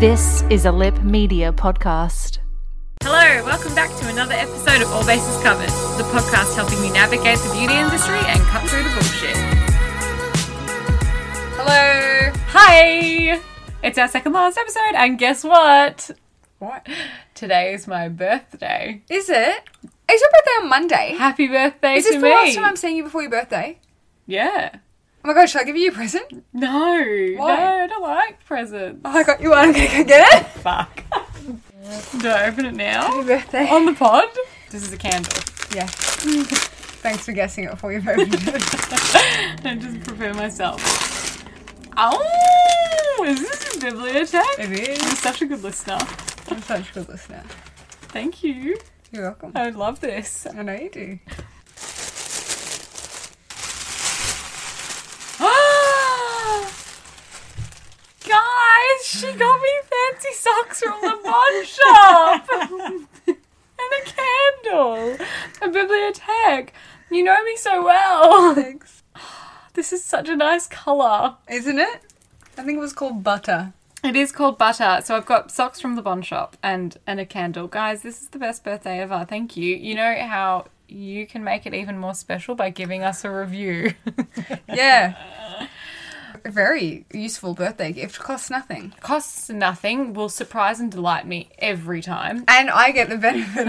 This is a Lip Media podcast. Hello, welcome back to another episode of All Bases Covered, the podcast helping you navigate the beauty industry and cut through the bullshit. Hello. Hi! It's our second last episode, and guess what? What? Today is my birthday. Is it? Is your birthday on Monday? Happy birthday Is this to the me! last time I'm seeing you before your birthday? yeah. Oh my god, should I give you a present? No, Why? no, I don't like presents. Oh, I got you one. I'm gonna go get it. Fuck. Do I open it now? Happy birthday. On the pod? This is a candle. Oh, yeah. Thanks for guessing it before you opened it. I just prepare myself. Oh, is this a bibliotech? it I'm is. such a good listener. I'm such a good listener. Thank you. You're welcome. I love this. I know you do. Guys, she got me fancy socks from the bond shop and a candle, a bibliothek. You know me so well. Thanks. This is such a nice color. Isn't it? I think it was called butter. It is called butter. So I've got socks from the bond shop and and a candle. Guys, this is the best birthday ever. Thank you. You know how you can make it even more special by giving us a review. Yeah. A very useful birthday gift. Costs nothing. Costs nothing, will surprise and delight me every time. And I get the benefit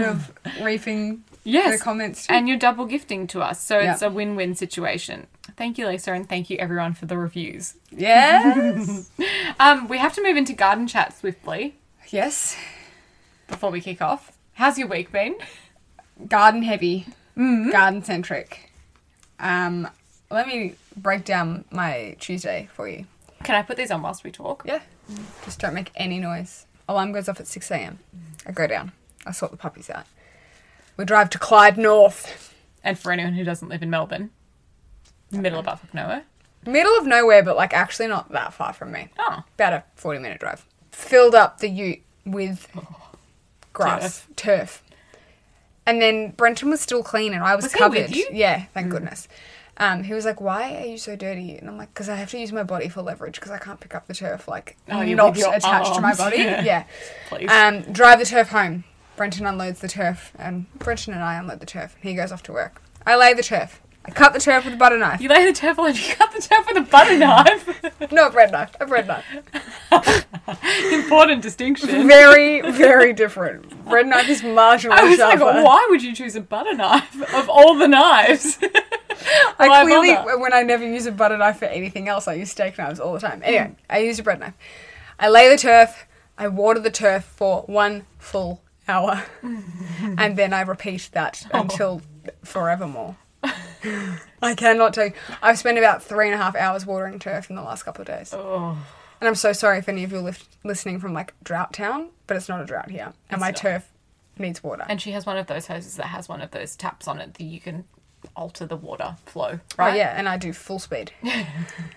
of reaping Yes. the comments. Too. And you're double gifting to us. So it's Yeah. a win win situation. Thank you, Lisa, and thank you everyone for the reviews. yes. Um, we have to move into garden chat swiftly yes. before we kick off. How's your week been? Garden heavy. Garden centric. Um, let me break down my Tuesday for you. Can I put these on whilst we talk? Yeah. Just don't make any noise. Alarm goes off at 6 a.m. I go down. I sort the puppies out. We drive to Clyde North. And for anyone who doesn't live in Melbourne, middle of Buffalo nowhere. Middle of nowhere, but like actually not that far from me. Oh, about a 40 minute drive. Filled up the ute with grass, turf. And then Brenton was still clean and I was, Was he with covered. you? Mm. Yeah, thank goodness. Um, he was like, Why are you so dirty? And I'm like, Because I have to use my body for leverage because I can't pick up the turf, like, Oh, you not with your attached to my arms. body. Yeah. yeah. please. Um, drive the turf home. Brenton unloads the turf, and Brenton and I unload the turf, and he goes off to work. I lay the turf. I cut the turf with a butter knife. you lay the turf and you cut the turf with a butter knife. No, a bread knife. A bread knife. Important distinction. very, very different. Red knife is marginally I was like, sharper. why would you choose a butter knife of all the knives? I Why clearly, bother? when I never use a butter knife for anything else, I use steak knives all the time. Anyway, Mm. I used a bread knife. I lay the turf. I water the turf for one full hour, and then I repeat that Oh. until forevermore. I cannot tell you. I've spent about three and a half hours watering turf in the last couple of days. Oh. And I'm so sorry if any of you are listening from like drought town, but it's not a drought here. And my not. turf needs water. And she has one of those hoses that has one of those taps on it that you can alter the water flow, right? Oh, yeah, and I do full speed.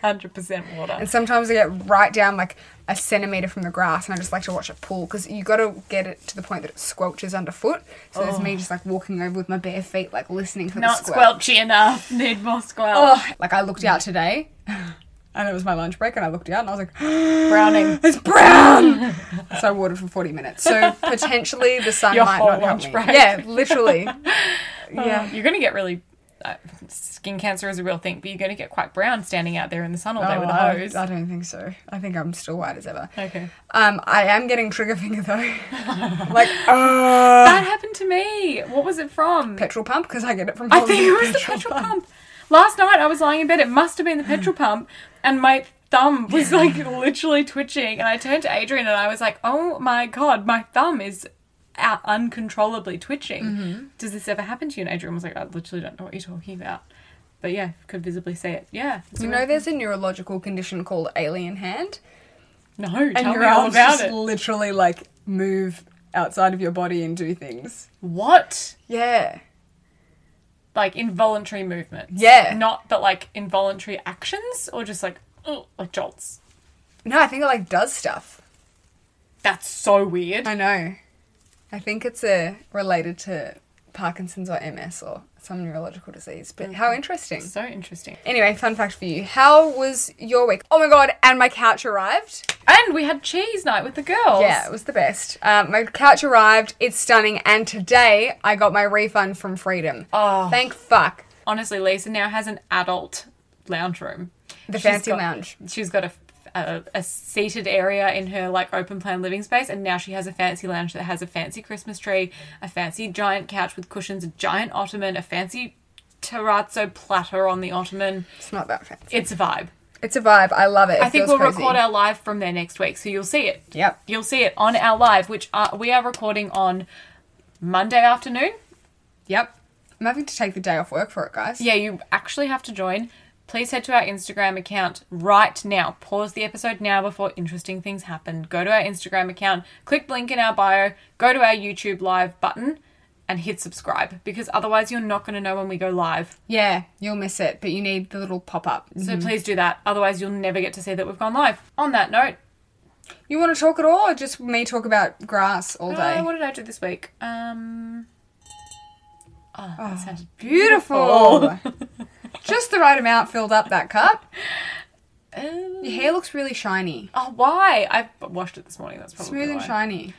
Hundred percent water. And sometimes I get right down like a centimetre from the grass, and I just like to watch it pull because you got to get it to the point that it squelches underfoot. So there's me just like walking over with my bare feet, like listening for Oh. Not the squelch. squelchy enough. Need more squelch. Oh, like I looked out today, and it was my lunch break, and I looked out and I was like, Browning. "It's brown." so I watered for forty minutes. So potentially the sun Your might whole not help lunch me. break. Yeah, literally. yeah. You're gonna get really. Uh, skin cancer is a real thing, but you're gonna get quite brown standing out there in the sun all day with a Oh, I- hose. I don't think so. I think I'm still white as ever. Okay. Um, I am getting trigger finger though. like, uh, That happened to me. What was it from? petrol pump because I get it from. I think it was the petrol petrol pump. Last night I was lying in bed. It must have been the petrol pump, and my thumb was like literally twitching. And I turned to Adrian and I was like, "Oh my god, my thumb is out uncontrollably twitching." Mm-hmm. Does this ever happen to you? And Adrian was like, "I literally don't know what you're talking about." But yeah, could visibly see it. Yeah, it's You a- know, there's a neurological condition called alien hand, no, and tell your me all arms about just it. literally like move outside of your body and do things. What? Yeah, Like involuntary movements? Yeah. not but like involuntary actions or just like oh, like jolts. no, I think it like does stuff. That's so weird. I know. I think it's uh, related to Parkinson's or MS or some neurological disease. Mm. But how interesting. So interesting. Anyway, fun fact for you. How was your week? Oh my god, and my couch arrived. And we had cheese night with the girls. Yeah, it was the best. Um, my couch arrived, it's stunning, and today I got my refund from Freedom. Oh. Thank fuck. Honestly, Lisa now has an adult lounge room. The She's fancy got- lounge. She's got a, a a seated area in her like open plan living space, and now she has a fancy lounge that has a fancy Christmas tree, a fancy giant couch with cushions, a giant ottoman, a fancy terrazzo platter on the ottoman. It's not that fancy. It's a vibe. It's a vibe. I love it. it I think feels we'll cozy. record our live from there next week, so you'll see it. Yep. You'll see it on our live, which are, we are recording on Monday afternoon. Yep. I'm having to take the day off work for it, guys. Yeah, you actually have to join. Please head to our Instagram account right now. Pause the episode now before interesting things happen. Go to our Instagram account, click the link in our bio, go to our YouTube live button, and hit subscribe because otherwise you're not going to know when we go live. Yeah, you'll miss it, but you need the little pop up. So please do that. Otherwise, you'll never get to see that we've gone live. On that note, You want to talk at all, or just me talk about grass all day? Uh, what did I do this week? Um. Oh, that sounded Beautiful. Just the right amount filled up that cup. Uh, Your hair looks really shiny. oh, why? I washed it this morning. That's probably Smooth and why. shiny.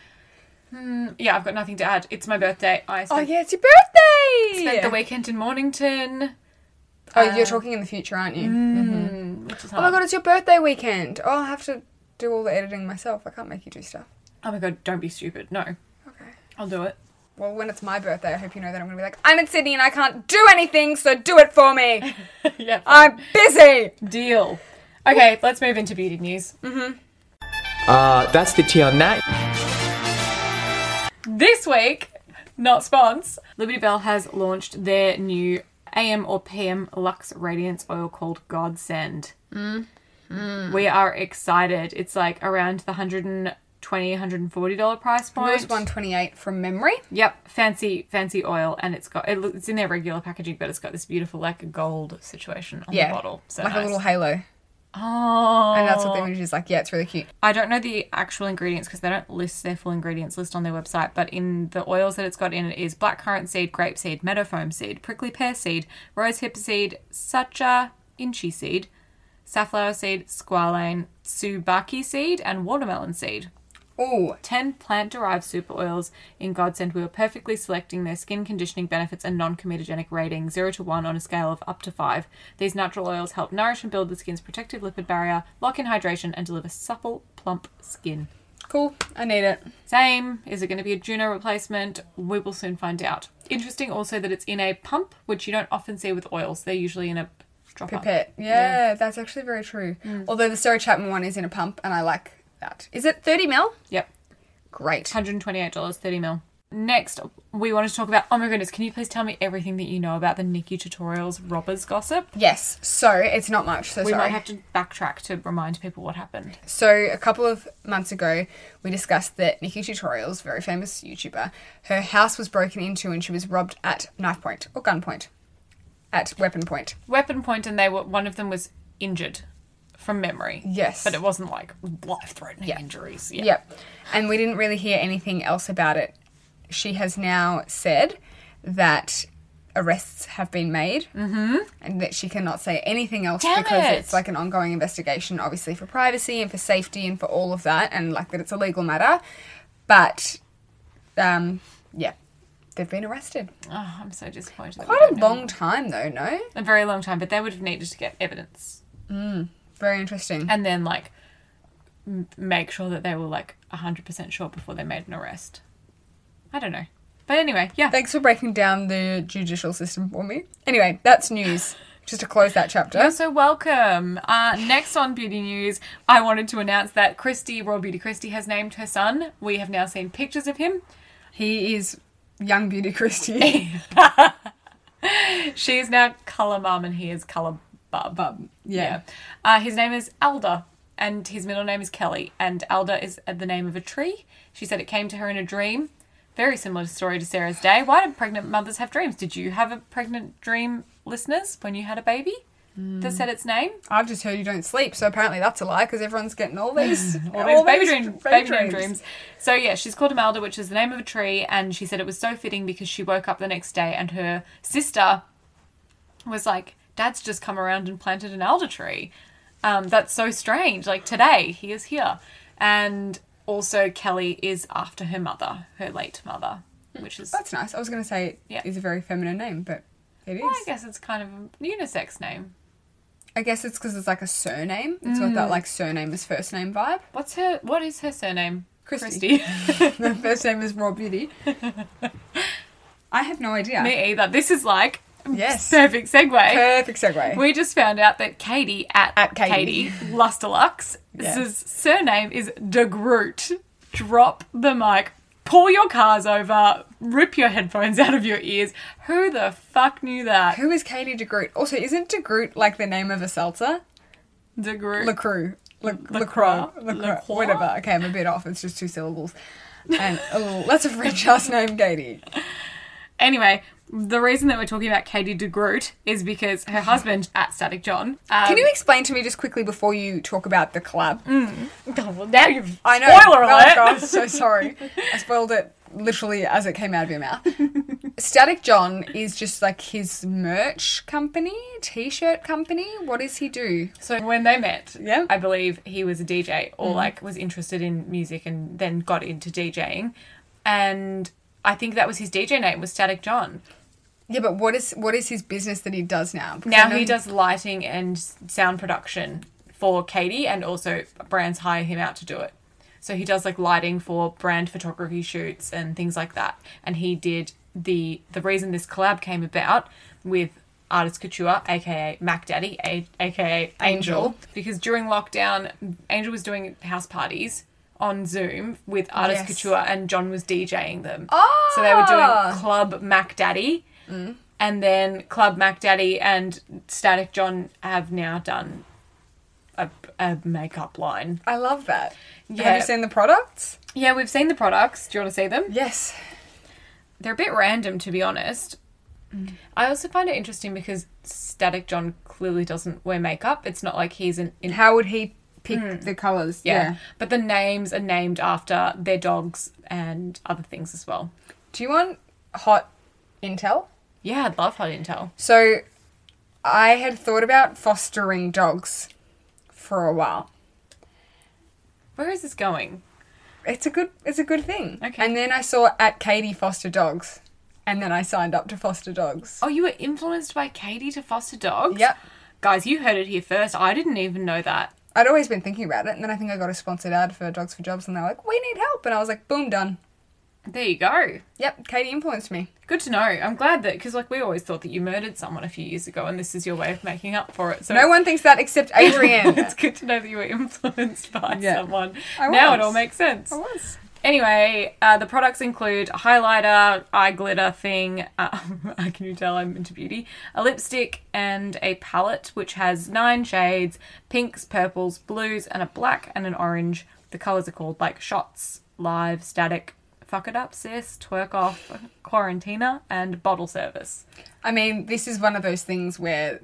Yeah, I've got nothing to add. It's my birthday. Oh, I spent, it's your birthday! spent the weekend in Mornington. Oh, you're talking in the future, aren't you? Mm. Which is Oh my god, it's your birthday weekend. Oh, I'll have to do all the editing myself. I can't make you do stuff. Oh my god! Don't be stupid. No, Okay. I'll do it. Well, when it's my birthday, I hope you know that I'm going to be like, I'm in Sydney and I can't do anything, so do it for me. yeah. I'm busy. deal. Okay, let's move into beauty news. Uh, that's the tea on that. This week, not spons. Liberty Bell has launched their new AM or PM Luxe Radiance Oil called Godsend. We are excited. It's like around the 120 $140 price point. It was 128 from memory. Yep, fancy fancy oil, and it's got it, loo- it's in their regular packaging, but it's got this beautiful like gold situation on the bottle. So like nice. a little halo. oh, And that's what the image is like. Yeah, it's really cute. I don't know the actual ingredients because they don't list their full ingredients list on their website, but in the oils that it's got in it is blackcurrant seed, grape seed, meadow foam seed, prickly pear seed, rose hip seed, sacha inchi seed, safflower seed, squalane, subaki seed, and watermelon seed. Ooh, 10 plant derived super oils in Godsend were perfectly selecting their skin conditioning benefits and non comedogenic rating, 0 to 1 on a scale of up to 5. These natural oils help nourish and build the skin's protective lipid barrier, lock in hydration, and deliver supple, plump skin. cool. I need it. Same. Is it going to be a Juno replacement? We will soon find out. Interesting also that it's in a pump, which you don't often see with oils. They're usually in a dropper. Pipette. Yeah, that's actually very true. Mm. Although the Sarah Chapman one is in a pump, and I like that. Is it 30 mil? Yep. Great. $128, 30 mil. Next, we want to talk about. Oh my goodness, can you please tell me everything that you know about the NICU tutorials robbers gossip? Yes. So it's not much. So We sorry. might have to backtrack to remind people what happened. So a couple of months ago, we discussed that Nikki Tutorials, very famous YouTuber, her house was broken into and she was robbed at knife point or gunpoint, at weapon point. Weapon point, and they were one of them was injured from memory. Yes. but it wasn't like life-threatening injuries. Yeah. Yep. And we didn't really hear anything else about it. She has now said that arrests have been made and that she cannot say anything else Mm-hmm. Damn because it. it's like an ongoing investigation, obviously, for privacy and for safety and for all of that, and like that it's a legal matter. But, um, yeah, they've been arrested. Oh, I'm so disappointed. that we Quite a don't know. long time, though, no? a very long time, but they would have needed to get evidence Very interesting. and then like m- make sure that they were like 100% sure before they made an arrest. I don't know. But anyway, yeah. Thanks for breaking down the judicial system for me. Anyway, that's news. Just to close that chapter. You're Oh, so welcome. Uh, next on Beauty News, I wanted to announce that Christy, Royal Beauty Christy, has named her son. We have now seen pictures of him. He is young beauty Christie. She is now Colour Mum and he is Colour Bub. Yeah. Uh, his name is Alda and his middle name is Kelly. And Alda is the name of a tree. She said it came to her in a dream. Very similar story to Sarah's day. Why do pregnant mothers have dreams? Did you have a pregnant dream, listeners, when you had a baby? that said its name. I've just heard you don't sleep, so apparently that's a lie because everyone's getting all these, All these baby, dream, baby dream dreams. So yeah, she's called Imelda, which is the name of a tree, and she said it was so fitting because she woke up the next day and her sister was like, "Dad's just come around and planted an elder tree. Um, that's so strange. Like today, he is here." And also, Kelly is after her mother, her late mother, which is That's nice. I was going to say it Yeah. is a very feminine name, but it is. well, I guess it's kind of a unisex name. I guess it's because it's like a surname. It's got Mm. that like surname is first name vibe. What's her? What is her surname? Christie. Christie. The first name is Raw Beauty. I have no idea. Me either. This is like Yes. perfect segue. Perfect segue. We just found out that Katie at, at Katie. Katie, Lusterlux, Yeah. his surname is De Groot. Drop the mic, pull your cars over, rip your headphones out of your ears. Who the fuck knew that? Who is Katie de Groot? Also, isn't de Groot like the name of a seltzer? De Groot. LaCroix. La- LaCroix. Lacroix? LaCroix. Lacroix? Whatever. Okay, I'm a bit off. It's just two syllables. And oh, that's a French ass name, Katie. Anyway, the reason that we're talking about Katie De Groot is because her husband at Static John. Um, Can you explain to me just quickly before you talk about the collab? Oh, well, now you've I know. spoiler Oh, alert. God, so sorry. I spoiled it literally as it came out of your mouth. Static John is just like his merch company, t-shirt company. What does he do? So when they met, Yeah. I believe he was a DJ or like was interested in music and then got into DJing. And I think that was his DJ name was Static John. Yeah, but what is what is his business that he does now? Because I Now know he does lighting and s- sound production for Katie and also brands hire him out to do it. So he does like lighting for brand photography shoots and things like that. And he did the the reason this collab came about with Artist Couture, aka Mac Daddy, a, aka Angel, Angel. because during lockdown, Angel was doing house parties on Zoom with Artist Yes. Couture, and John was DJing them. So they were Ah! doing Club Mac Daddy, and then Club Mac Daddy and Static John have now done a, a makeup line. I love that. Yeah. Have you seen the products? Yeah, we've seen the products. Do you want to see them? Yes. They're a bit random, to be honest. I also find it interesting because Static John clearly doesn't wear makeup. It's not like he's an in- How would he pick the colors? Hmm. yeah. But the names are named after their dogs and other things as well. Do you want hot intel? Yeah, I'd love hot intel. So, I had thought about fostering dogs for a while. Where is this going? It's a good it's a good thing. Okay. And then I saw at Katie foster dogs, and then I signed up to foster dogs. Oh, you were influenced by Katie to foster dogs? Yep. Guys, you heard it here first. I didn't even know that. I'd always been thinking about it, and then I think I got a sponsored ad for Dogs for Jobs, and they're like, "We need help," and I was like, "Boom, done." There you go. Yep, Katie influenced me. Good to know. I'm glad that because like we always thought that you murdered someone a few years ago, and this is your way of making up for it. So No one thinks that except Adrian. it's good to know that you were influenced by Yeah. someone. I now it was. all makes sense. I was. Anyway, uh, the products include a highlighter, eye glitter thing. Uh, can you tell I'm into beauty? A lipstick and a palette, which has nine shades pinks, purples, blues, and a black and an orange. The colors are called like shots, live, static, fuck it up, sis, twerk off, quarantina, and bottle service. I mean, this is one of those things where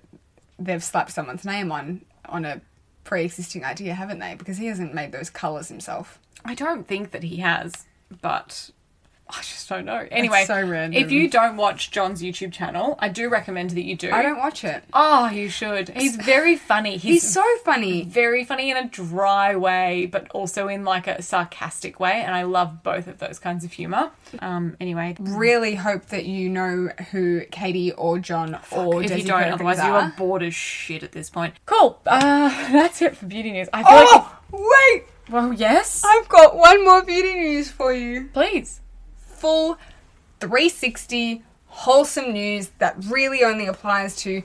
they've slapped someone's name on on a pre-existing idea, haven't they? Because he hasn't made those colors himself. I don't think that he has, but I just don't know. Anyway, so random. if you don't watch John's YouTube channel, I do recommend that you do. I don't watch it. Oh, you should. He's very funny. He's, He's so funny. very funny in a dry way, but also in like a sarcastic way, and I love both of those kinds of humor. Um, anyway, Really hope that you know who Katie or John or if Desi you don't, Perfect otherwise are. you are bored as shit at this point. Cool. Uh, that's it for beauty news. I feel like. Oh wait, Well, yes. I've got one more beauty news for you. Please. Full 360 wholesome news that really only applies to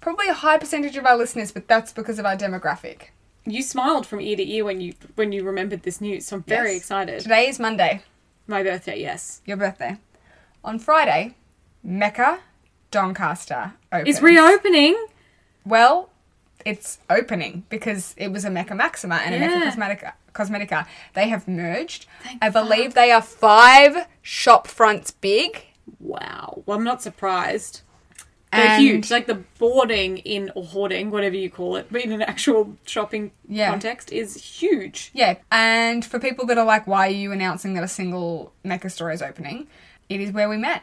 probably a high percentage of our listeners, but that's because of our demographic. You smiled from ear to ear when you when you remembered this news, so I'm very Yes. excited. Today is Monday. My birthday, yes. your birthday. On Friday, Mecca Doncaster opens. It's reopening. Well, it's opening because it was a Mecca Maxima and a Yeah. Mecca Cosmetica. Cosmetica. They have merged. I believe they are five shop fronts big. Wow. Well, I'm not surprised. They're And- huge. Like the boarding in or hoarding, whatever you call it, but in an actual shopping Yeah. context is huge. Yeah, and for people that are like, why are you announcing that a single Mecca store is opening? It is where we met.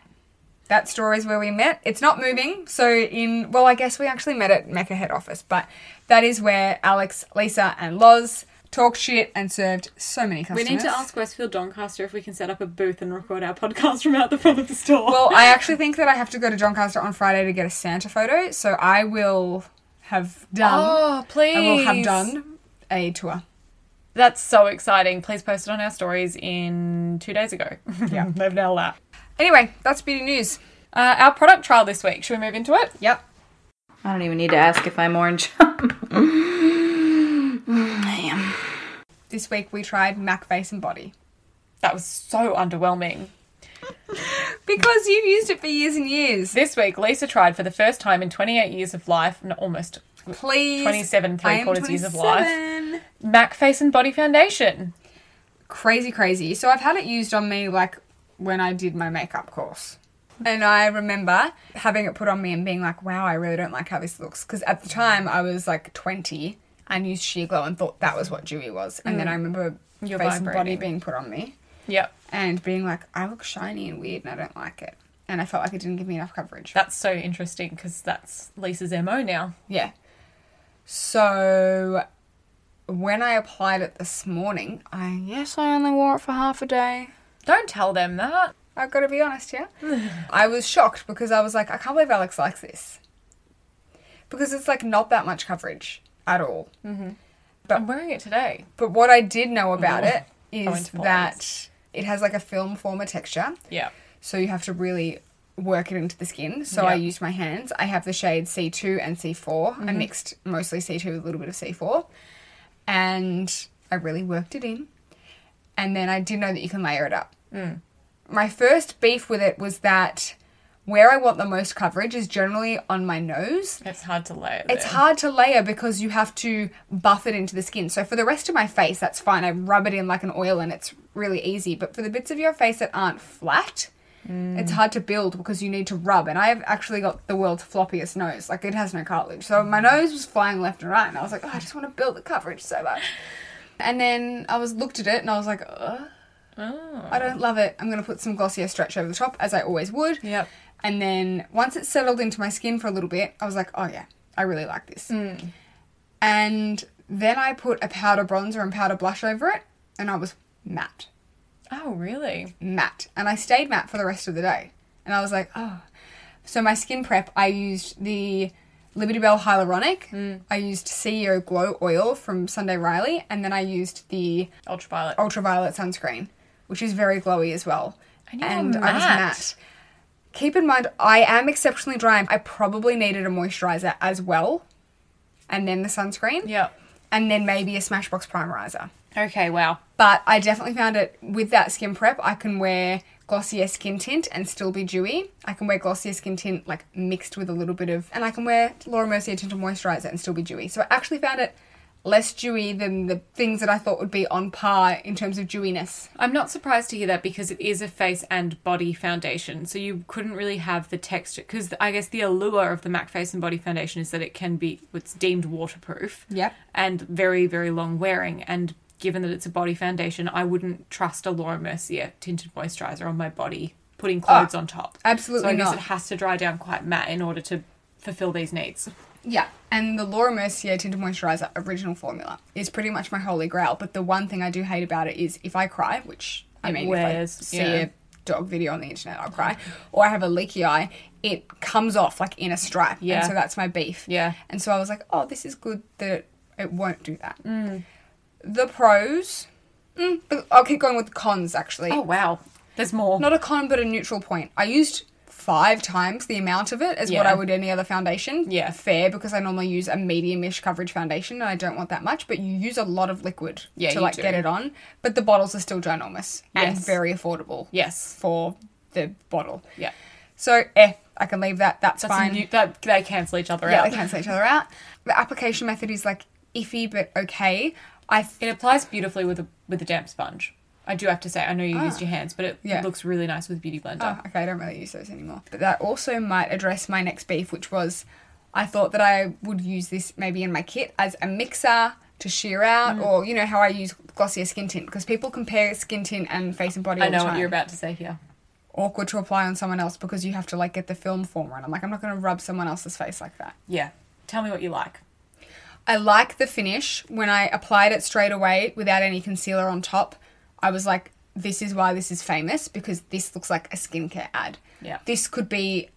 That store is where we met. It's not moving, so in well, I guess we actually met at Mecca head office, but that is where Alex, Lisa, and Loz talked shit and served so many We customers. need to ask Westfield Doncaster if we can set up a booth and record our podcast from out the front of the store. Well, I actually think that I have to go to Doncaster on Friday to get a Santa photo, so I will have done. oh, please. I will have done a tour. That's so exciting. Please post it on our stories in two days ago. Yeah, they've nailed that. Anyway, that's beauty news. Uh, our product trial this week. Should we move into it? Yep. I don't even need to ask if I'm orange. This week we tried Mac Face and Body. That was so underwhelming. Because you've used it for years and years. This week, Lisa tried for the first time in 28 years of life, and almost Please. 27 I am three-quarters years of life. 27. MAC Face and Body Foundation. Crazy, crazy. So I've had it used on me like when I did my makeup course. And I remember having it put on me and being like, wow, I really don't like how this looks. Because at the time I was like 20 and used Sheer Glow and thought that was what dewy was. And then I remember You're face and body Mm. vibrating. being put on me Yep, and being like, I look shiny and weird and I don't like it. And I felt like it didn't give me enough coverage. that's so interesting because that's Lisa's MO now. Yeah. So when I applied it this morning, I yes, I only wore it for half a day. Don't tell them that. I've got to be honest here. I was shocked because I was like, I can't believe Alex likes this. Because it's like not that much coverage at all. I'm wearing it today. But what I did know about it is into polls. that it has like a film former texture. Yeah. So you have to really work it into the skin. So I Yeah. used my hands. I have the shades C2 and C4. I mixed mostly C2 with a little bit of C4. And I really worked it in. And then I did know that you can layer it up. My first beef with it was that where I want the most coverage is generally on my nose. It's hard to layer. It's them. hard to layer because you have to buff it into the skin. So for the rest of my face, that's fine. I rub it in like an oil and it's really easy. But for the bits of your face that aren't flat, it's hard to build because you need to rub. And I have actually got the world's floppiest nose. Like it has no cartilage. So my nose was flying left and right. And I was like, oh, I just want to build the coverage so much. And then I was looked at it and I was like, Ugh, I don't love it. I'm going to put some Glossier stretch over the top as I always would. Yep. And then once it settled into my skin for a little bit, I was like, oh yeah, I really like this. And then I put a powder bronzer and powder blush over it, and I was matte, Oh, really? matte. And I stayed matte for the rest of the day. And I was like, oh. So my skin prep, I used the Liberty Bell Hyaluronic, I used CEO Glow Oil from Sunday Riley, and then I used the Ultraviolet. Oh. ultraviolet sunscreen, which is very glowy as well. And you were I was matte. matte. Keep in mind, I am exceptionally dry. I probably needed a moisturizer as well, and then the sunscreen, Yep. and then maybe a Smashbox primerizer. Okay, wow. But I definitely found it with that skin prep. I can wear Glossier skin tint and still be dewy. I can wear Glossier skin tint like mixed with a little bit of, and I can wear Laura Mercier tinted moisturizer and still be dewy. So I actually found it less dewy than the things that I thought would be on par in terms of dewiness. I'm not surprised to hear that because it is a face and body foundation. So you couldn't really have the texture because I guess the allure of the MAC face and body foundation is that it can be what's deemed waterproof. Yep. And very, very long wearing. And given that it's a body foundation, I wouldn't trust a Laura Mercier tinted moisturizer on my body putting clothes on top. Oh, absolutely So I guess not. it has to dry down quite matte in order to fulfill these needs. Yeah, and the Laura Mercier tinted moisturizer original formula is pretty much my holy grail. But the one thing I do hate about it is if I cry, which I mean, wears, if I see yeah. a dog video on the internet, I'll cry, or I have a leaky eye, it comes off like in a stripe. Yeah. And so that's my beef. Yeah. And so I was like, oh, this is good that it won't do that. Mm. The pros, mm, the- I'll keep going with the cons actually. Oh, wow. There's more. Not a con, but a neutral point. I used five times the amount of it as what Yeah. I would any other foundation. Yeah. Fair, because I normally use a medium-ish coverage foundation and I don't want that much, but you use a lot of liquid Yeah, to you like do. get it on. But the bottles are still ginormous and Yes. very affordable. Yes. For the bottle. yeah. So eh, I can leave that. That's, That's a fine. new, that, they cancel each other yeah, out. they cancel each other out. The application method is like iffy but okay. I It applies beautifully with a with a damp sponge. I do have to say, I know you used your hands, but it Ah. Yeah. looks really nice with Beauty Blender. Oh, okay, I don't really use those anymore. But that also might address my next beef, which was I thought that I would use this maybe in my kit as a mixer to sheer out, Mm. or you know how I use glossier skin tint because people compare skin tint and face and body. I all the know what time. you're about to say here. Awkward to apply on someone else because you have to like get the film former, and I'm like, I'm not going to rub someone else's face like that. Yeah. Tell me what you like. I like the finish when I applied it straight away without any concealer on top. I was like, this is why this is famous because this looks like a skincare ad. Yeah. This could be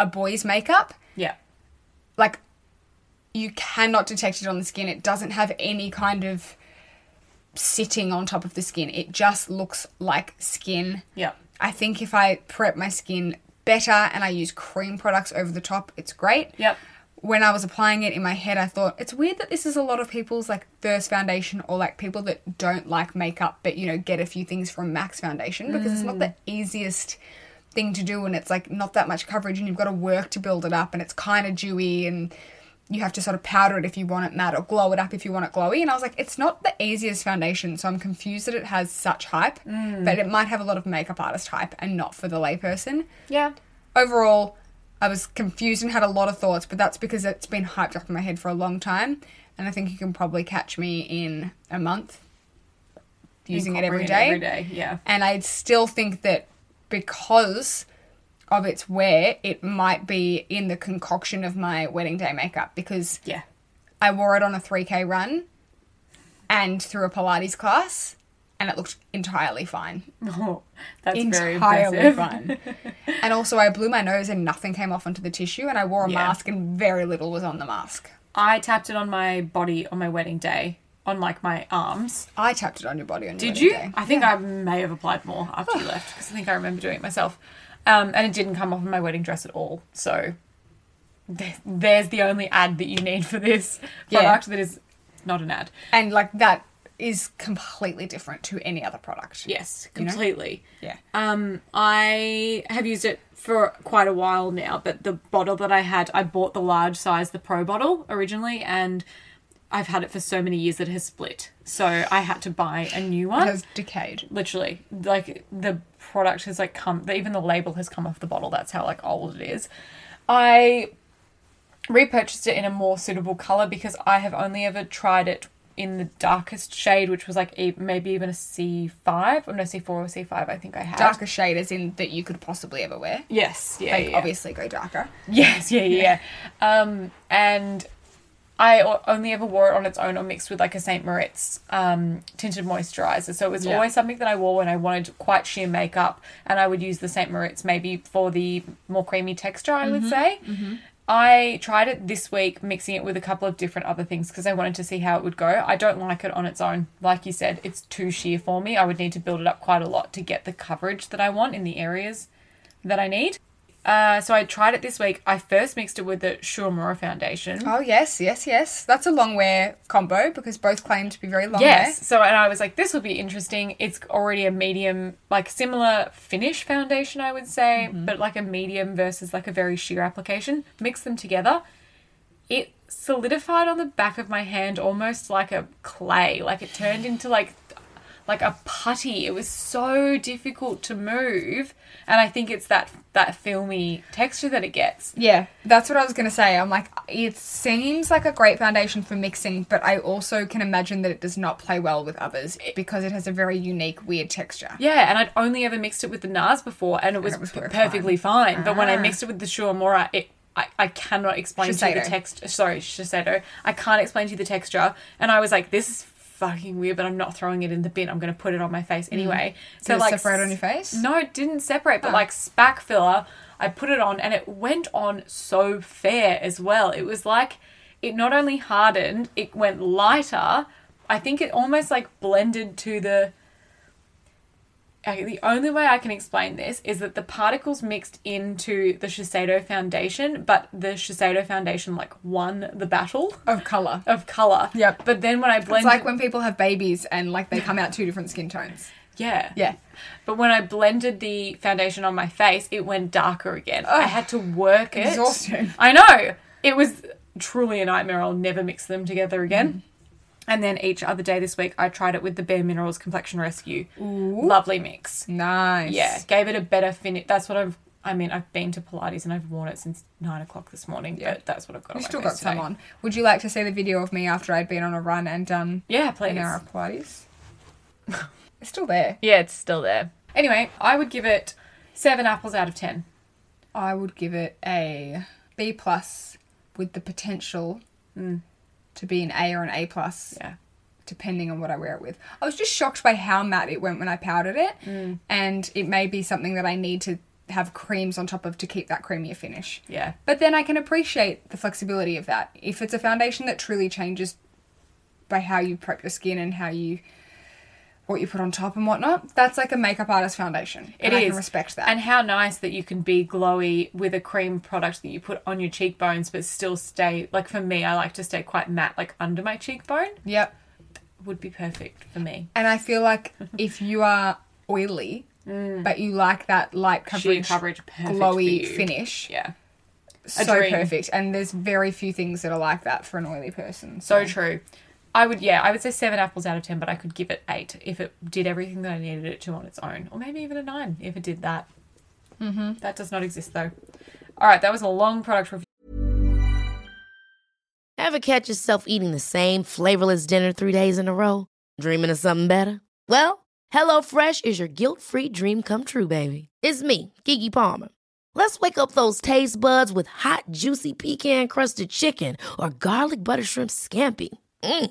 a boy's makeup. Yeah. Like, you cannot detect it on the skin. It doesn't have any kind of sitting on top of the skin. It just looks like skin. Yeah. I think if I prep my skin better and I use cream products over the top, it's great. Yep. When I was applying it in my head, I thought it's weird that this is a lot of people's like first foundation or like people that don't like makeup but you know get a few things from Max Foundation because it's not the easiest thing to do and it's like not that much coverage and you've got to work to build it up and it's kind of dewy and you have to sort of powder it if you want it matte or glow it up if you want it glowy. And I was like, it's not the easiest foundation, so I'm confused that it has such hype, but it might have a lot of makeup artist hype and not for the layperson. Yeah. Overall, I was confused and had a lot of thoughts, but that's because it's been hyped up in my head for a long time. And I think you can probably catch me in a month using it every Incorporate day. Every day. Yeah. And I still think that because of its wear, it might be in the concoction of my wedding day makeup because Yeah. I wore it on a 3K run and through a Pilates class, and it looked entirely fine. Oh, that's very entirely impressive. fine. and also, I blew my nose and nothing came off onto the tissue, and I wore a Yeah. mask, and very little was on the mask. I tapped it on my body on my wedding day, on like my arms. I tapped it on your body on your Did wedding you? day. I think I may have applied more after you left because I think I remember doing it myself. Um, and it didn't come off of my wedding dress at all. So there- there's the only ad that you need for this Yeah. product that is not an ad. And like that is completely different to any other product. Yes, You know? completely. Yeah. Um, I have used it for quite a while now, but the bottle that I had, I bought the large size, the Pro bottle originally, and I've had it for so many years that it has split. So I had to buy a new It one. has decayed. Literally, like the product has like come, even the label has come off the bottle. That's how like old it is. I repurchased it in a more suitable color because I have only ever tried it in the darkest shade, which was like e- maybe even a C five or no C four or C five. I think I had Darker shade as in that you could possibly ever wear. Yes, yeah, Like, yeah. obviously go darker. Yes, yeah, yeah. yeah. Um, and I o- only ever wore it on its own or mixed with like a Saint Moritz um, tinted moisturizer. So it was Yeah. always something that I wore when I wanted quite sheer makeup, and I would use the Saint Moritz maybe for the more creamy texture. I would say. I tried it this week, mixing it with a couple of different other things because I wanted to see how it would go. I don't like it on its own. Like you said, it's too sheer for me. I would need to build it up quite a lot to get the coverage that I want in the areas that I need. Uh, so I tried it this week. I first mixed it with the Shuamura foundation. Oh yes, yes, yes. That's a long wear combo because both claim to be very long Yes. So and I was like, this will be interesting. It's already a medium, like similar finish foundation, I would say, but like a medium versus like a very sheer application. Mix them together. It solidified on the back of my hand almost like a clay. Like it turned into like like a putty. It was so difficult to move. And I think it's that that filmy texture that it gets. wear. Yeah. That's what I was gonna say. I'm like, it seems like a great foundation for mixing, but I also can imagine that it does not play well with others because it has a very unique, weird texture. Yeah, and I'd only ever mixed it with the NARS before, and it was, it was p- fine. Ah. perfectly fine. But when I mixed it with the Shuamura, it I, I cannot explain to you Shiseido. the text. Sorry, Shiseido. I can't explain to you the texture, and I was like, this is fucking weird. But I'm not throwing it in the bin. I'm going to put it on my face anyway. So Mm. it separate on your face? Ah. No, it didn't separate. But like spack filler, I put it on, and it went on so fair as well. It was like it not only hardened, it went lighter. I think it almost like blended to the Okay, the only way I can explain this is that the particles mixed into the Shiseido foundation, but the Shiseido foundation like won the battle Of colour. of color. Yep. But then when I It's blended, like when people have babies and like they come out two different skin tones. yeah, Yeah. But when I blended the foundation on my face, it went darker again. I had to work it. Exhausting. I know. It was truly a nightmare. I'll never mix them together again. Mm-hmm. And then each other day this week, I tried it with the Bare Minerals Complexion Rescue. Lovely mix. Nice. Yeah, gave it a better finish. That's what I've. I mean, I've been to Pilates and I've worn it since nine o'clock this morning. Yeah. But that's what I've got. You on my still got face some today. on. Would you like to see the video of me after I'd been on a run and done Yeah, please. an hour of Pilates? it's still there. Yeah, it's still there. Anyway, I would give it seven apples out of ten. I would give it a B plus with the potential to be an A or an A plus. Mm. Yeah. Depending on what I wear it with, I was just shocked by how matte it went when I powdered it, Mm. and it may be something that I need to have creams on top of to keep that creamier finish. Yeah. But then I can appreciate the flexibility of that. If it's a foundation that truly changes by how you prep your skin and how you what you put on top and whatnot, that's like a makeup artist foundation. It is. and I can respect that. And how nice that you can be glowy with a cream product that you put on your cheekbones but still stay like for me, I like to stay quite matte like under my cheekbone yep. would be perfect for me. And I feel like if you are oily but you like that light Mm. Sheer coverage, coverage perfect for glowy you. finish, Yeah. so dream. perfect. And there's very few things that are like that for an oily person. So true. I would yeah, I would say seven apples out of ten, but I could give it eight if it did everything that I needed it to on its own. Or maybe even a nine if it did that. Mm-hmm. That does not exist though. Alright, that was a long product review. Ever catch yourself eating the same flavorless dinner three days in a row? Dreaming of something better? Well, HelloFresh is your guilt free dream come true, baby. It's me, Kiki Palmer. Let's wake up those taste buds with hot, juicy pecan crusted chicken or garlic butter shrimp scampi. Mm.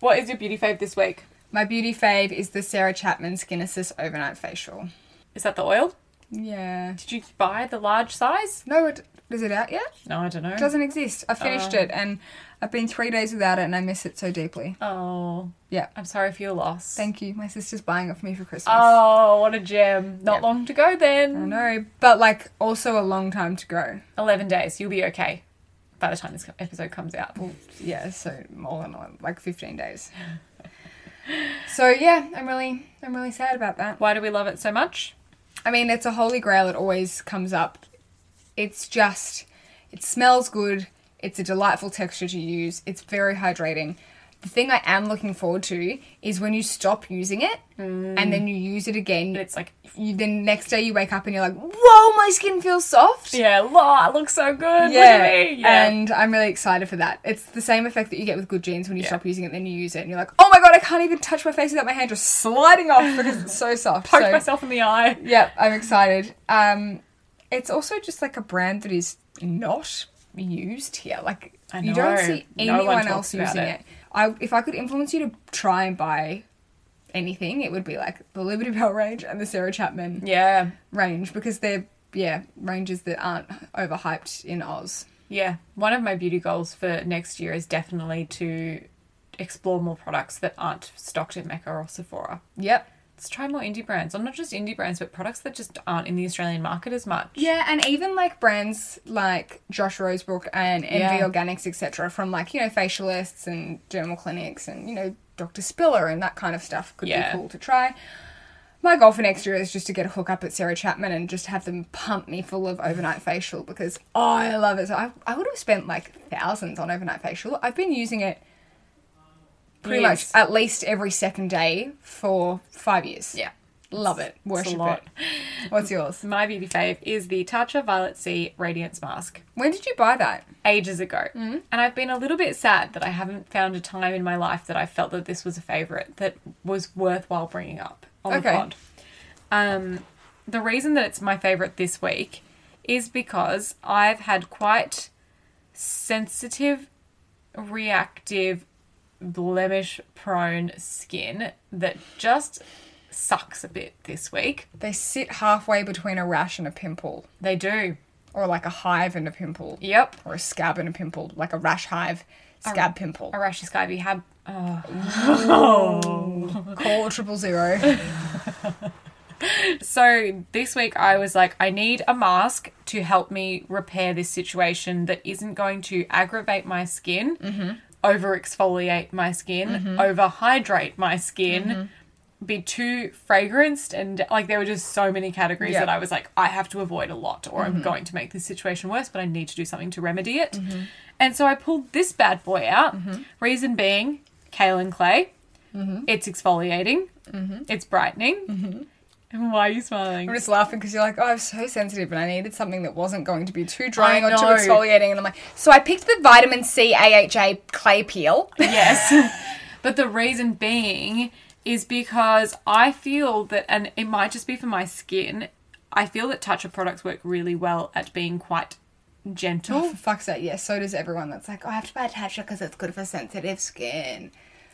What is your beauty fave this week? My beauty fave is the Sarah Chapman Skin Assist Overnight Facial. Is that the oil? Yeah. Did you buy the large size? No, it is it out yet? No, I don't know. It doesn't exist. I finished it and I've been three days without it and I miss it so deeply. Oh, Yeah. I'm sorry for your loss. Thank you. My sister's buying it for me for Christmas. Oh, what a gem. Not long to go I then. know, but like also a long time to go. 11 days. You'll be okay by the time this episode comes out. Yeah, so more than a- like 15 days. so yeah, I'm really I'm really sad about that. Why do we love it so much? I mean, it's a holy grail. It always comes up. It's just, it smells good. It's a delightful texture to use. It's very hydrating. The thing I am looking forward to is when you stop using it and then you use it again. And it's like, you, the next day you wake up and you're like, whoa, my skin feels soft. yeah, law, it looks so good. Look Yeah. at me. Yeah. and I'm really excited for that. It's the same effect that you get with good jeans when you stop using it, then you use it, and you're like, oh my god, I can't even touch my face without my hand just sliding off because it's so soft. Poke So- myself in the eye. Yep, I'm excited. Um, it's also just like a brand that is not used here. Like I you don't know. see No one anyone talks else about using it. it. I if I could influence you to try and buy anything, it would be like the Liberty Bell range and the Sarah Chapman Yeah. range because they're yeah ranges that aren't overhyped in Oz. Yeah. One of my beauty goals for next year is definitely to explore more products that aren't stocked at Mecca or Sephora. Yep. Let's try more indie brands, or not just indie brands, but products that just aren't in the Australian market as much. Yeah, and even like brands like Josh Rosebrook and MV Yeah. Organics, etc., from like you know facialists and dermal clinics and you know Dr. Spiller and that kind of stuff could Yeah. be cool to try. My goal for next year is just to get a hookup at Sarah Chapman and just have them pump me full of overnight facial because oh, I love it. So I, I would have spent like thousands on overnight facial. I've been using it pretty Years. much at least every second day for five years. Yeah. Love it. Worship lot. it. What's yours? My beauty fave is the Tatcha Violet C Radiance Mask. When did you buy that? ages ago. And I've been a little bit sad that I haven't found a time in my life that I felt that this was a favourite that was worthwhile bringing up on the Okay. pod. Um, the reason that it's my favourite this week is because I've had quite sensitive, reactive, blemish prone skin that just sucks a bit this week. They sit halfway between a rash and a pimple, They do. or like a hive and a pimple. Yep. Or a scab and a pimple, like a rash hive, scab pimple. A rash is going to be had. Oh. Call triple zero. So this week I was like, I need a mask to help me repair this situation that isn't going to aggravate my skin, over exfoliate my skin, over hydrate my skin, be too fragranced. And like, there were just so many categories Yeah. that I was like, I have to avoid a lot or I'm going to make this situation worse, but I need to do something to remedy it. And so I pulled this bad boy out. Reason being, kaolin clay. It's exfoliating. It's brightening. Mm-hmm. And why are you smiling? I'm just laughing because you're like, oh, I'm so sensitive, and I needed something that wasn't going to be too drying I or too know. exfoliating. And I'm like, so I picked the vitamin C AHA clay peel. Yes. but the reason being is because I feel that, and it might just be for my skin, I feel that touch up products work really well at being quite gentle. Fuck's that, yeah. So does everyone. That's like, oh, I have to buy Tatcha because it's good for sensitive skin.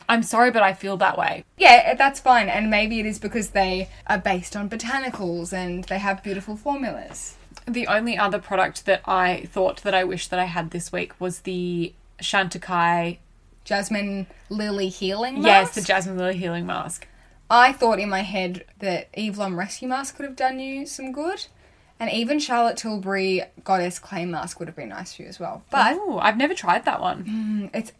I'm sorry, but I feel that way. Yeah, eh, that's fine. And maybe it is because they are based on botanicals and they have beautiful formulas. The only other product that I thought that I wish that I had this week was the Shantakai. Jasmine Lily Healing Yes, Mask. the Jasmine Lily Healing Mask. I thought in my head that Evelyn Rescue Mask could have done you some good. And even Charlotte Tilbury Goddess Clay Mask would have been nice for you as well. But Oh, I've never tried that one. it's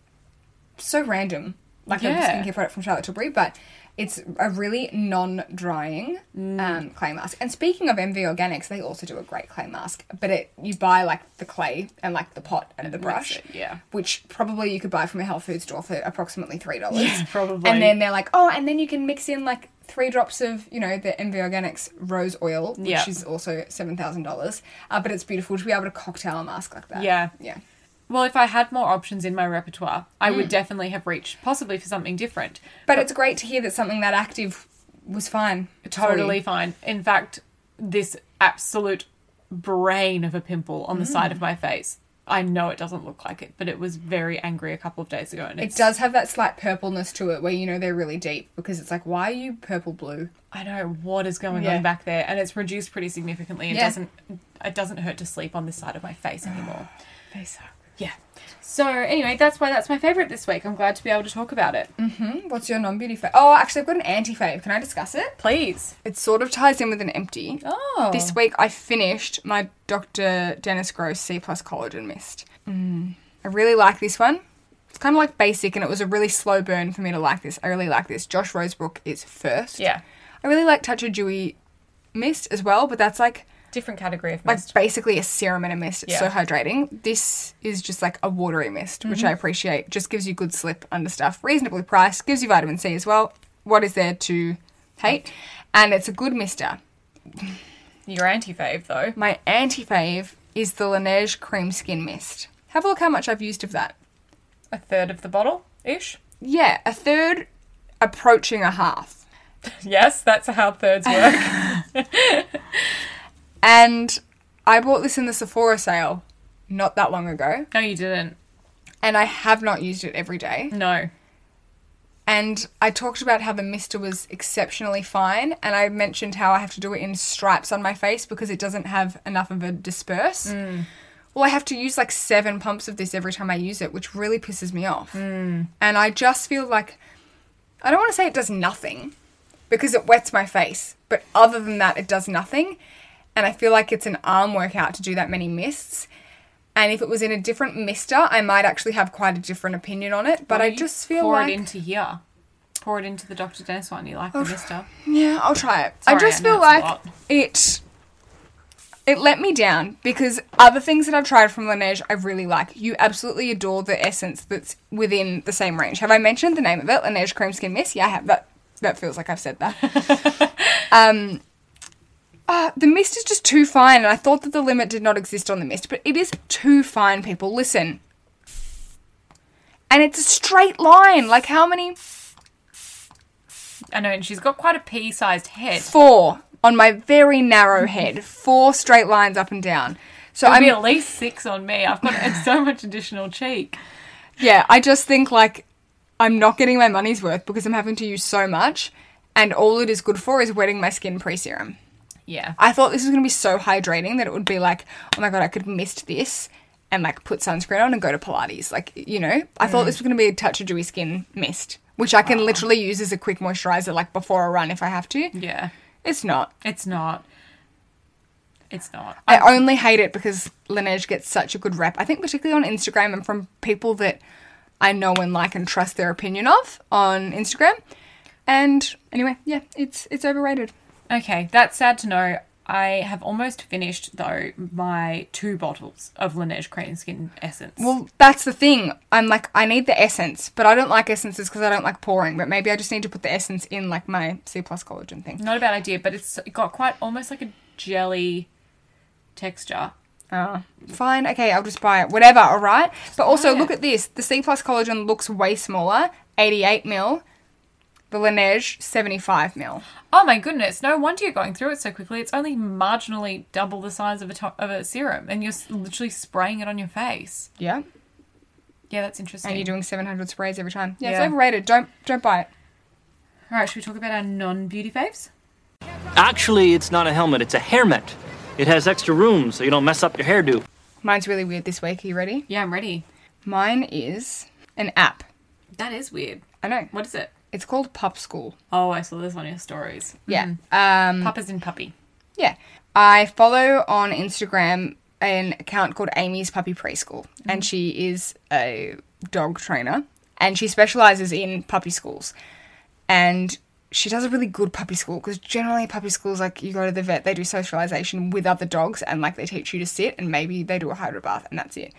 so random. Like Yeah. a skincare product from Charlotte Tilbury, but it's a really non-drying Mm. um, clay mask. And speaking of MV Organics, they also do a great clay mask, but it you buy like the clay and like the pot and the brush, it, yeah. which probably you could buy from a health food store for approximately three dollars, Yeah, probably. And then they're like, oh, and then you can mix in like three drops of you know the MV Organics rose oil, which Yeah. is also seven thousand dollars, uh, but it's beautiful to be able to cocktail a mask like that. Yeah. yeah. Well, if I had more options in my repertoire, I would definitely have reached possibly for something different. But it's great to hear that something that active was fine. totally fine. In fact, this absolute brain of a pimple on the side of my face. I know it doesn't look like it, but it was very angry a couple of days ago, and It it's, does have that slight purpleness to it where you know they're really deep because it's like, why are you purple blue? I know what is going Yeah. on back there, and it's reduced pretty significantly. It Yeah. doesn't. It doesn't hurt to sleep on this side of my face anymore. They suck. yeah. So anyway, that's why that's my favorite this week. I'm glad to be able to talk about it. What's your non beauty fave? Oh, actually, I've got an anti fave. Can I discuss it? Please. It sort of ties in with an empty. Oh. This week I finished my Dr. Dennis Gross C plus collagen mist. Mm. I really like this one. It's kind of like basic, and it was a really slow burn for me to like this. I really like this. Josh Rosebrook is first. Yeah. I really like Touch of Dewy mist as well, but that's like Different category of like basically a serum and a mist. It's so Yeah. hydrating. This is just like a watery mist, which I appreciate. Just gives you good slip under stuff, reasonably priced, gives you vitamin C as well. What is there to hate? And it's a good mister. Your anti-fave though. My anti fave is the Laneige Cream Skin Mist. Have a look how much I've used of that. A third of the bottle ish. Yeah, a third approaching a half. Yes, that's how thirds work. And I bought this in the Sephora sale not that long ago, no, you didn't. and I have not used it every day. No. And I talked about how the mister was exceptionally fine, and I mentioned how I have to do it in stripes on my face because it doesn't have enough of a disperse. Mm. Well, I have to use like seven pumps of this every time I use it, which really pisses me off. Mm. And I just feel like I don't want to say it does nothing because it wets my face, but other than that, it does nothing. And I feel like it's an arm workout to do that many mists. And if it was in a different mister, I might actually have quite a different opinion on it. But Well, I you just feel pour like it into here. Pour it into the Dr. Dennis one. You like the mister? Yeah, I'll try it. I Sorry, just I know feel it's a like lot. it it let me down because other things that I've tried from Laneige I really like. You absolutely adore the essence that's within the same range. Have I mentioned the name of it? Laneige Cream Skin Mist? Yeah, I have. That that feels like I've said that. um uh, the mist is just too fine, and I thought that the limit did not exist on the mist, but it is too fine, people. Listen. And it's a straight line. Like, how many? I know, and she's got quite a pea-sized head. four on my very narrow head, four straight lines up and down. So It'd I'm be at least six on me. I've got so much additional cheek. yeah, I just think like I'm not getting my money's worth because I'm having to use so much, and all it is good for is wetting my skin pre serum. Yeah. I thought this was gonna be so hydrating that it would be like, oh my god, I could mist this and like put sunscreen on and go to Pilates. Like, you know, I thought this was gonna be a touch of dewy skin mist, which I can literally use as a quick moisturizer like before a run if I have to. Yeah. It's not. It's not. It's not. I only hate it because Laneige gets such a good rep. I think particularly on Instagram and from people that I know and like and trust their opinion of on Instagram. And anyway, yeah, it's it's overrated. Okay, that's sad to know. I have almost finished though my two bottles of Laneige Cream Skin Essence. Well, that's the thing. I'm like, I need the essence, but I don't like essences because I don't like pouring. But maybe I just need to put the essence in like my C plus collagen thing. not a bad idea, but it's it got quite almost like a jelly texture. Uh, Fine, okay, I'll just buy it. Whatever, all right. But also, look at this. The C plus collagen looks way smaller, 88 mil. The Laneige, 75 mil. Oh my goodness! No wonder you're going through it so quickly. It's only marginally double the size of a to- of a serum, and you're s- literally spraying it on your face. Yeah. Yeah, that's interesting. And you're doing 700 sprays every time. Yeah, Yeah. it's overrated. Don't don't buy it. All right, should we talk about our non-beauty faves? Actually, it's not a helmet, it's a hairnet. It has extra room so you don't mess up your hairdo. Mine's really weird this week. Are you ready? Yeah, I'm ready. Mine is an app. That is weird. I know. What is it? It's called Pup School. Oh, I saw this on your stories. Yeah. Um, Papa's in puppy. Yeah. I follow on Instagram an account called Amy's Puppy Preschool, and she is a dog trainer and she specializes in puppy schools. And she does a really good puppy school because generally, puppy schools, like you go to the vet, they do socialization with other dogs and like they teach you to sit and maybe they do a hydro bath and that's it.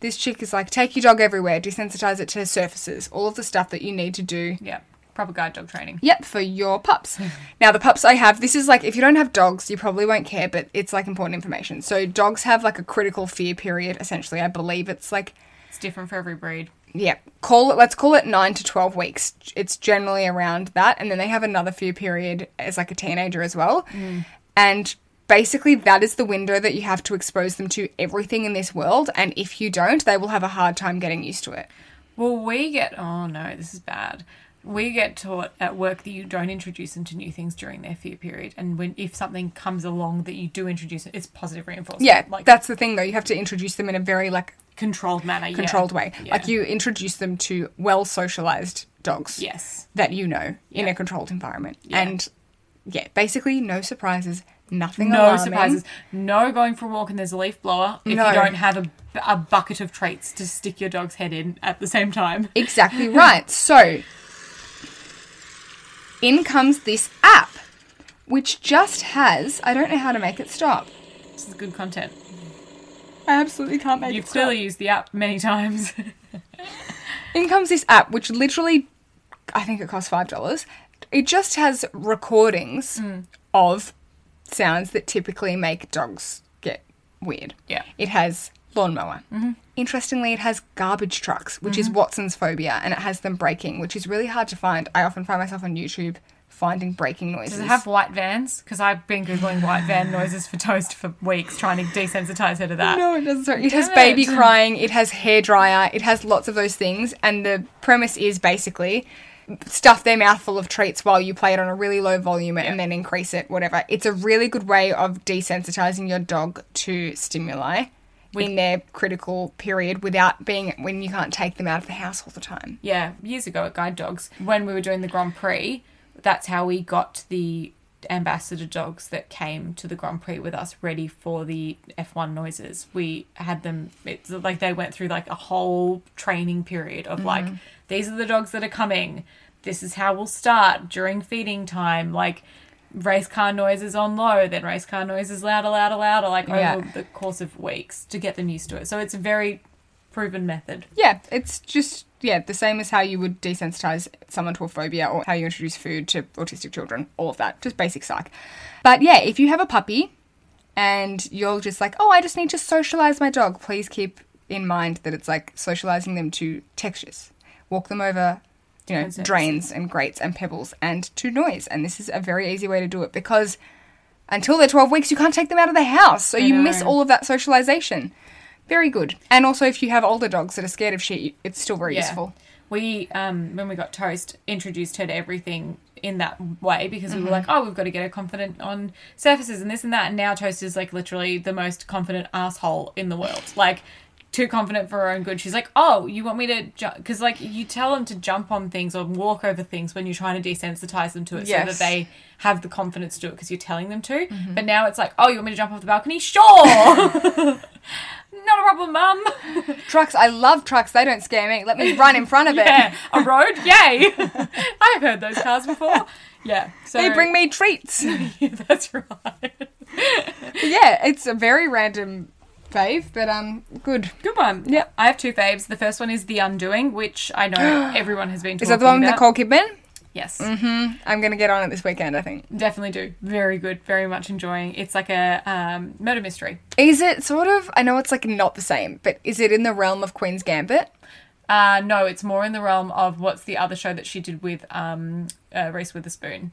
This chick is like, take your dog everywhere, desensitize it to surfaces, all of the stuff that you need to do Yeah, proper guide dog training. Yep, for your pups. now, the pups I have, this is like, if you don't have dogs, you probably won't care, but it's like important information. So, dogs have like a critical fear period, essentially. I believe it's like, It's different for every breed. yeah, call it, let's call it nine to 12 weeks. It's generally around that. And then they have another fear period as like a teenager as well. And basically, that is the window that you have to expose them to everything in this world. And if you don't, they will have a hard time getting used to it. Well, we get oh no, this is bad. We get taught at work that you don't introduce them to new things during their fear period, and when if something comes along that you do introduce it, it's positive reinforcement. Yeah, like that's the thing though. You have to introduce them in a very like controlled manner, yeah. controlled way. Yeah. Like you introduce them to well socialized dogs. Yes. That you know in a controlled environment. And yeah, basically no surprises, nothing No alarming. surprises. No going for a walk and there's a leaf blower if No. you don't have a, a bucket of traits to stick your dog's head in at the same time. Exactly right. So in comes this app which just has I don't know how to make it stop. This is good content. I absolutely can't make You've it stop. clearly used the app many times. in comes this app which literally i think it costs five dollars it just has recordings Hmm. of sounds that typically make dogs get weird Yeah. Mm-hmm. it has lawnmower interestingly it has garbage trucks which is watson's phobia and it has them breaking which is really hard to find i often find myself on youtube finding breaking noises Does it have white vans? Because I've been googling white van noises for toast for weeks, trying to desensitize her to that. No, it doesn't. Sorry. It has Damn baby it. crying. It has hair dryer. It has lots of those things. And the premise is basically stuff their mouth full of treats while you play it on a really low volume and then increase it, whatever. It's a really good way of desensitizing your dog to stimuli in their critical period without being when you can't take them out of the house all the time. Yeah, years ago at Guide Dogs, when we were doing the Grand Prix, that's how we got the ambassador dogs that came to the Grand Prix with us ready for the F1 noises. We had them, it's like they went through like a whole training period of like, these are the dogs that are coming. This is how we'll start during feeding time. Like, race car noises on low, then race car noises louder, louder, louder, like Yeah. over the course of weeks to get them used to it. So it's a very proven method. Yeah, it's just yeah, the same as how you would desensitize someone to a phobia or how you introduce food to autistic children, all of that, just basic psych. But yeah, if you have a puppy and you're just like, "Oh, I just need to socialize my dog." Please keep in mind that it's like socializing them to textures. Walk them over you know, drains and grates and pebbles and to noise. And this is a very easy way to do it because Until they're 12 weeks, you can't take them out of the house. So I you miss know. all of that socialization. Very good. And also, if you have older dogs that are scared of shit, you- it's still very Yeah. useful. We, um, when we got Toast, introduced her to everything in that way because we Mhm. were like, oh, we've got to get her confident on surfaces and this and that. And now Toast is like literally the most confident asshole in the world. Like, too confident for her own good. She's like, oh, you want me to jump? Because, like, you tell them to jump on things or walk over things when you're trying to desensitize them to it so Yes. Mm-hmm. that they have the confidence to do it because you're telling them to. But now it's like, oh, you want me to jump off the balcony? Sure! Not a problem, mum. trucks, I love trucks. They don't scare me. Let me run in front of Yeah, it. a road, yay! I've heard those cars before. Yeah, so They bring me treats. that's right. yeah, it's a very random fave, but um, good. Good one. Yeah, I have two faves. The first one is The Undoing, which I know everyone has been. Is that the one with talking Nicole Kidman? Yes. Mm-hmm. I'm gonna get on it this weekend. I think. about. Definitely do. Very good. Very much enjoying. It's like a um, murder mystery. Is it sort of? I know it's like not the same, but is it in the realm of Queen's Gambit? Uh, no, it's more in the realm of what's the other show that she did with um, uh, Reese Witherspoon.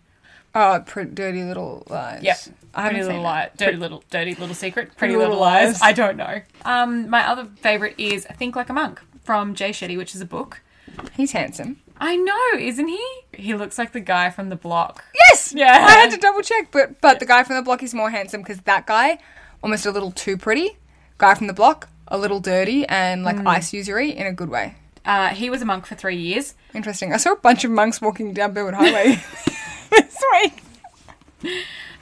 Oh, pretty dirty little lies. Yep. I haven't Pretty little seen lie, it. dirty Pre- little, dirty little secret, pretty, little, lies. I don't know. Um, my other favorite is Think Like a Monk from Jay Shetty, which is a book. He's handsome. I know, isn't he? He looks like the guy from the block. Yes. Yeah. I had to double check, but but the guy from the block is more handsome because that guy, almost a little too pretty. Guy from the block, a little dirty and like Mm. ice usury in a good way. Uh, he was a monk for three years. Interesting. I saw a bunch of monks walking down Burwood Highway. Sorry.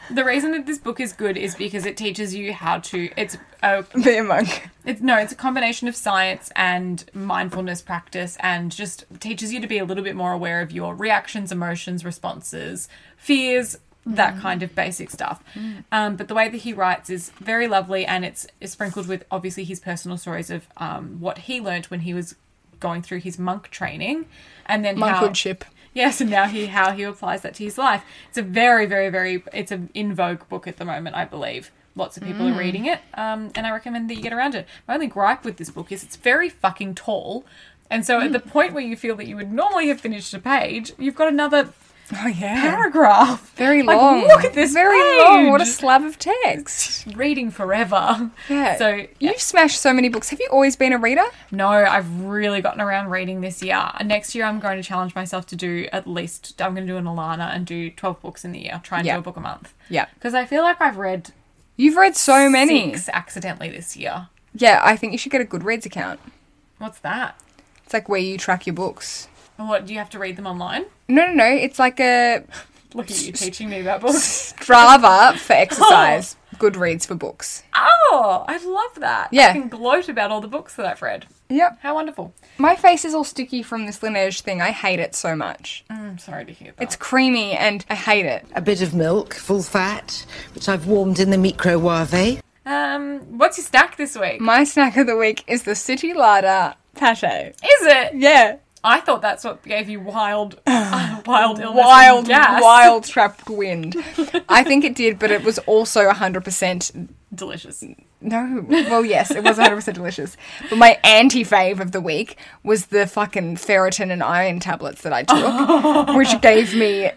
The reason that this book is good is because it teaches you how to. It's a be a monk. It's no, it's a combination of science and mindfulness practice, and just teaches you to be a little bit more aware of your reactions, emotions, responses, fears, that kind of basic stuff. Mm. Um, but the way that he writes is very lovely, and it's, it's sprinkled with obviously his personal stories of um, what he learnt when he was going through his monk training, and then how- Monkhoodship. Yes, and now he how he applies that to his life. It's a very, very, very it's an in vogue book at the moment, I believe. Lots of people Mm. are reading it, um, and I recommend that you get around it. My only gripe with this book is it's very fucking tall, and so Mm. at the point where you feel that you would normally have finished a page, you've got another oh, yeah. paragraph. Very Like, long. look at this Very long. What a page. slab of text. Reading forever. Yeah. So you've smashed so many books. Have you always been a reader? No, I've really gotten around reading this year. Next year, I'm going to challenge myself to do at least I'm going to do an Alana and do 12 books in the year. Try and Yeah. do a book a month. Yeah. Because I feel like I've read. You've read so many. Six accidentally this year. Yeah, I think you should get a Goodreads account. What's that? It's like where you track your books. What do you have to read them online? No, no, no. It's like a Look at you teaching me about books. Strava for exercise, Goodreads for books. Oh, I love that. Yeah. I can gloat about all the books that I've read. Yep. How wonderful. My face is all sticky from this Laneige thing. I hate it so much. I'm sorry to hear that. It's creamy and I hate it. A bit of milk, full fat, which I've warmed in the microwave. Um, what's your snack this week? My snack of the week is the City Larder pate. Is it? Yeah. I thought that's what gave you wild, wild illness. Wild, and gas. wild trapped wind. I think it did, but it was also 100% delicious. No, well, yes, it was 100% delicious. But my anti fave of the week was the fucking ferritin and iron tablets that I took, which gave me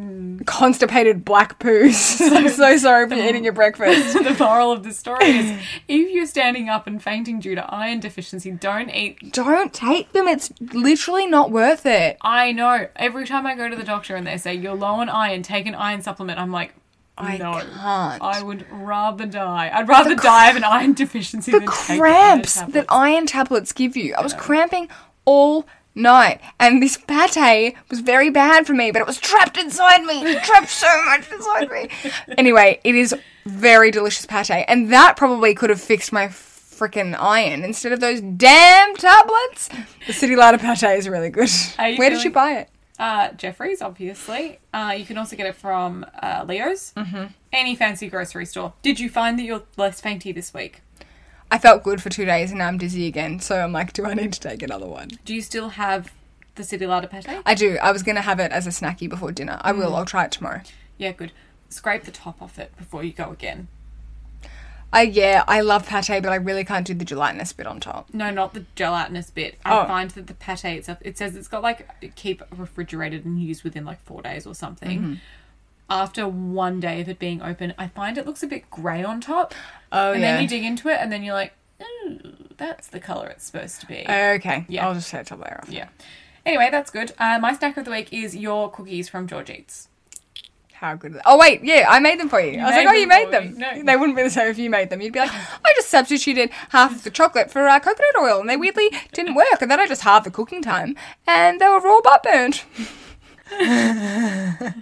Mm. constipated black poos. I'm so sorry for eating your breakfast. the moral of the story is if you're standing up and fainting due to iron deficiency, don't eat. Don't take them, it's literally not worth it. I know. Every time I go to the doctor and they say you're low on iron, take an iron supplement, I'm like, I no, can't. I would rather die. I'd rather die of an iron deficiency than take Cramps Iron that iron tablets give you. I was cramping all night, and this pate was very bad for me, but it was trapped inside me. trapped so much inside me. anyway, it is very delicious pate, and that probably could have fixed my frickin' iron instead of those damn tablets. The city larder pate is really good. Are Where you did feeling- you buy it? Uh, Jeffrey's, obviously. Uh, you can also get it from uh, Leo's, mm-hmm. any fancy grocery store. Did you find that you're less fainty this week? I felt good for two days, and now I'm dizzy again. So I'm like, do I need to take another one? Do you still have the city larder pate? I do. I was gonna have it as a snacky before dinner. I will. Mm. I'll try it tomorrow. Yeah, good. Scrape the top off it before you go again. Uh, yeah, I love pate, but I really can't do the gelatinous bit on top. No, not the gelatinous bit. I Oh. find that the pate Mm-hmm. itself, it says it's got like keep refrigerated and used within like four days or something. after one day of it being open, I find it looks a bit grey on top. Oh, And yeah. then you dig into it, and then you're like, ooh, that's the color it's supposed to be. Okay. Yeah. I'll just say it till later. Yeah. Anyway, that's good. Uh, my snack of the week is your cookies from George Eats. How good are they? Oh, wait, yeah, I made them for you. I was made like, oh, you made them them. They wouldn't be the same if you made them. You'd be like, I just substituted half of the chocolate for uh, coconut oil, and they weirdly didn't work. And then I just halved the cooking time, and they were raw butt burnt.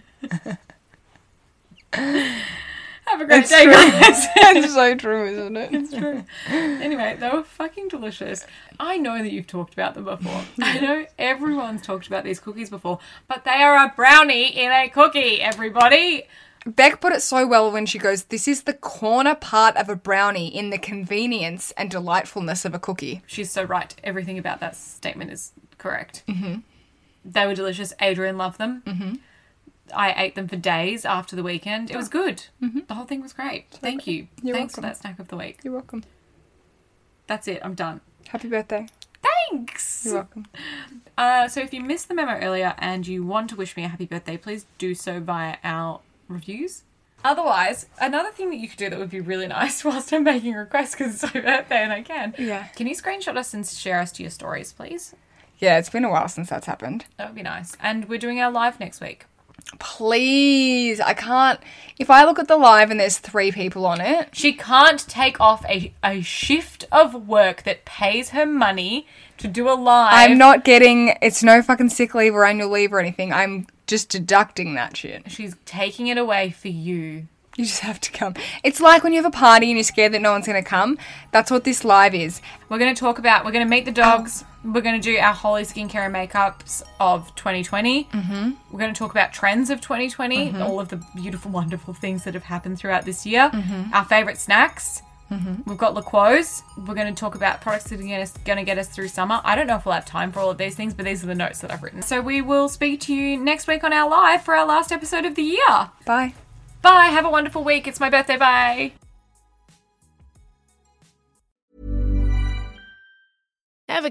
Have a great It's day, true. guys. It's so true, isn't it? It's true. Anyway, they were fucking delicious. I know that you've talked about them before. I know everyone's talked about these cookies before, but they are a brownie in a cookie, everybody. Beck put it so well when she goes, This is the corner part of a brownie in the convenience and delightfulness of a cookie. She's so right. Everything about that statement is correct. Mm-hmm. They were delicious. Adrian loved them. Mm-hmm. I ate them for days after the weekend. It was good. The whole thing was Mm-hmm. great. Thank you. You're Thanks for welcome. that snack of the week. You're welcome. That's it. I'm done. Happy birthday. Thanks. You're welcome. Uh, so if you missed the memo earlier and you want to wish me a happy birthday, please do so via our reviews. Otherwise, another thing that you could do that would be really nice whilst I'm making requests because it's my birthday and I can. Yeah. Can you screenshot us and share us to your stories, please? Yeah, it's been a while since that's happened. That would be nice. And we're doing our live next week. Please, I can't. If I look at the live and there's three people on it, She can't take off a, a shift of work that pays her money to do a live. I'm not getting. It's no fucking sick leave or annual leave or anything. I'm just deducting that shit. She's taking it away for you. You just have to come. It's like when you have a party and you're scared that no one's going to come. That's what this live is. We're going to talk about, we're going to meet the dogs. We're going to do our holy skincare and makeups of 2020. Mm-hmm. We're going to talk about trends of 2020, Mhm. all of the beautiful, wonderful things that have happened throughout this year, our favorite snacks. We've got LaQuo's. We're going to talk about products that are going to, going to get us through summer. I don't know if we'll have time for all of these things, but these are the notes that I've written. So we will speak to you next week on our live for our last episode of the year. Bye. Bye. Have a wonderful week. It's my birthday. Bye. Ever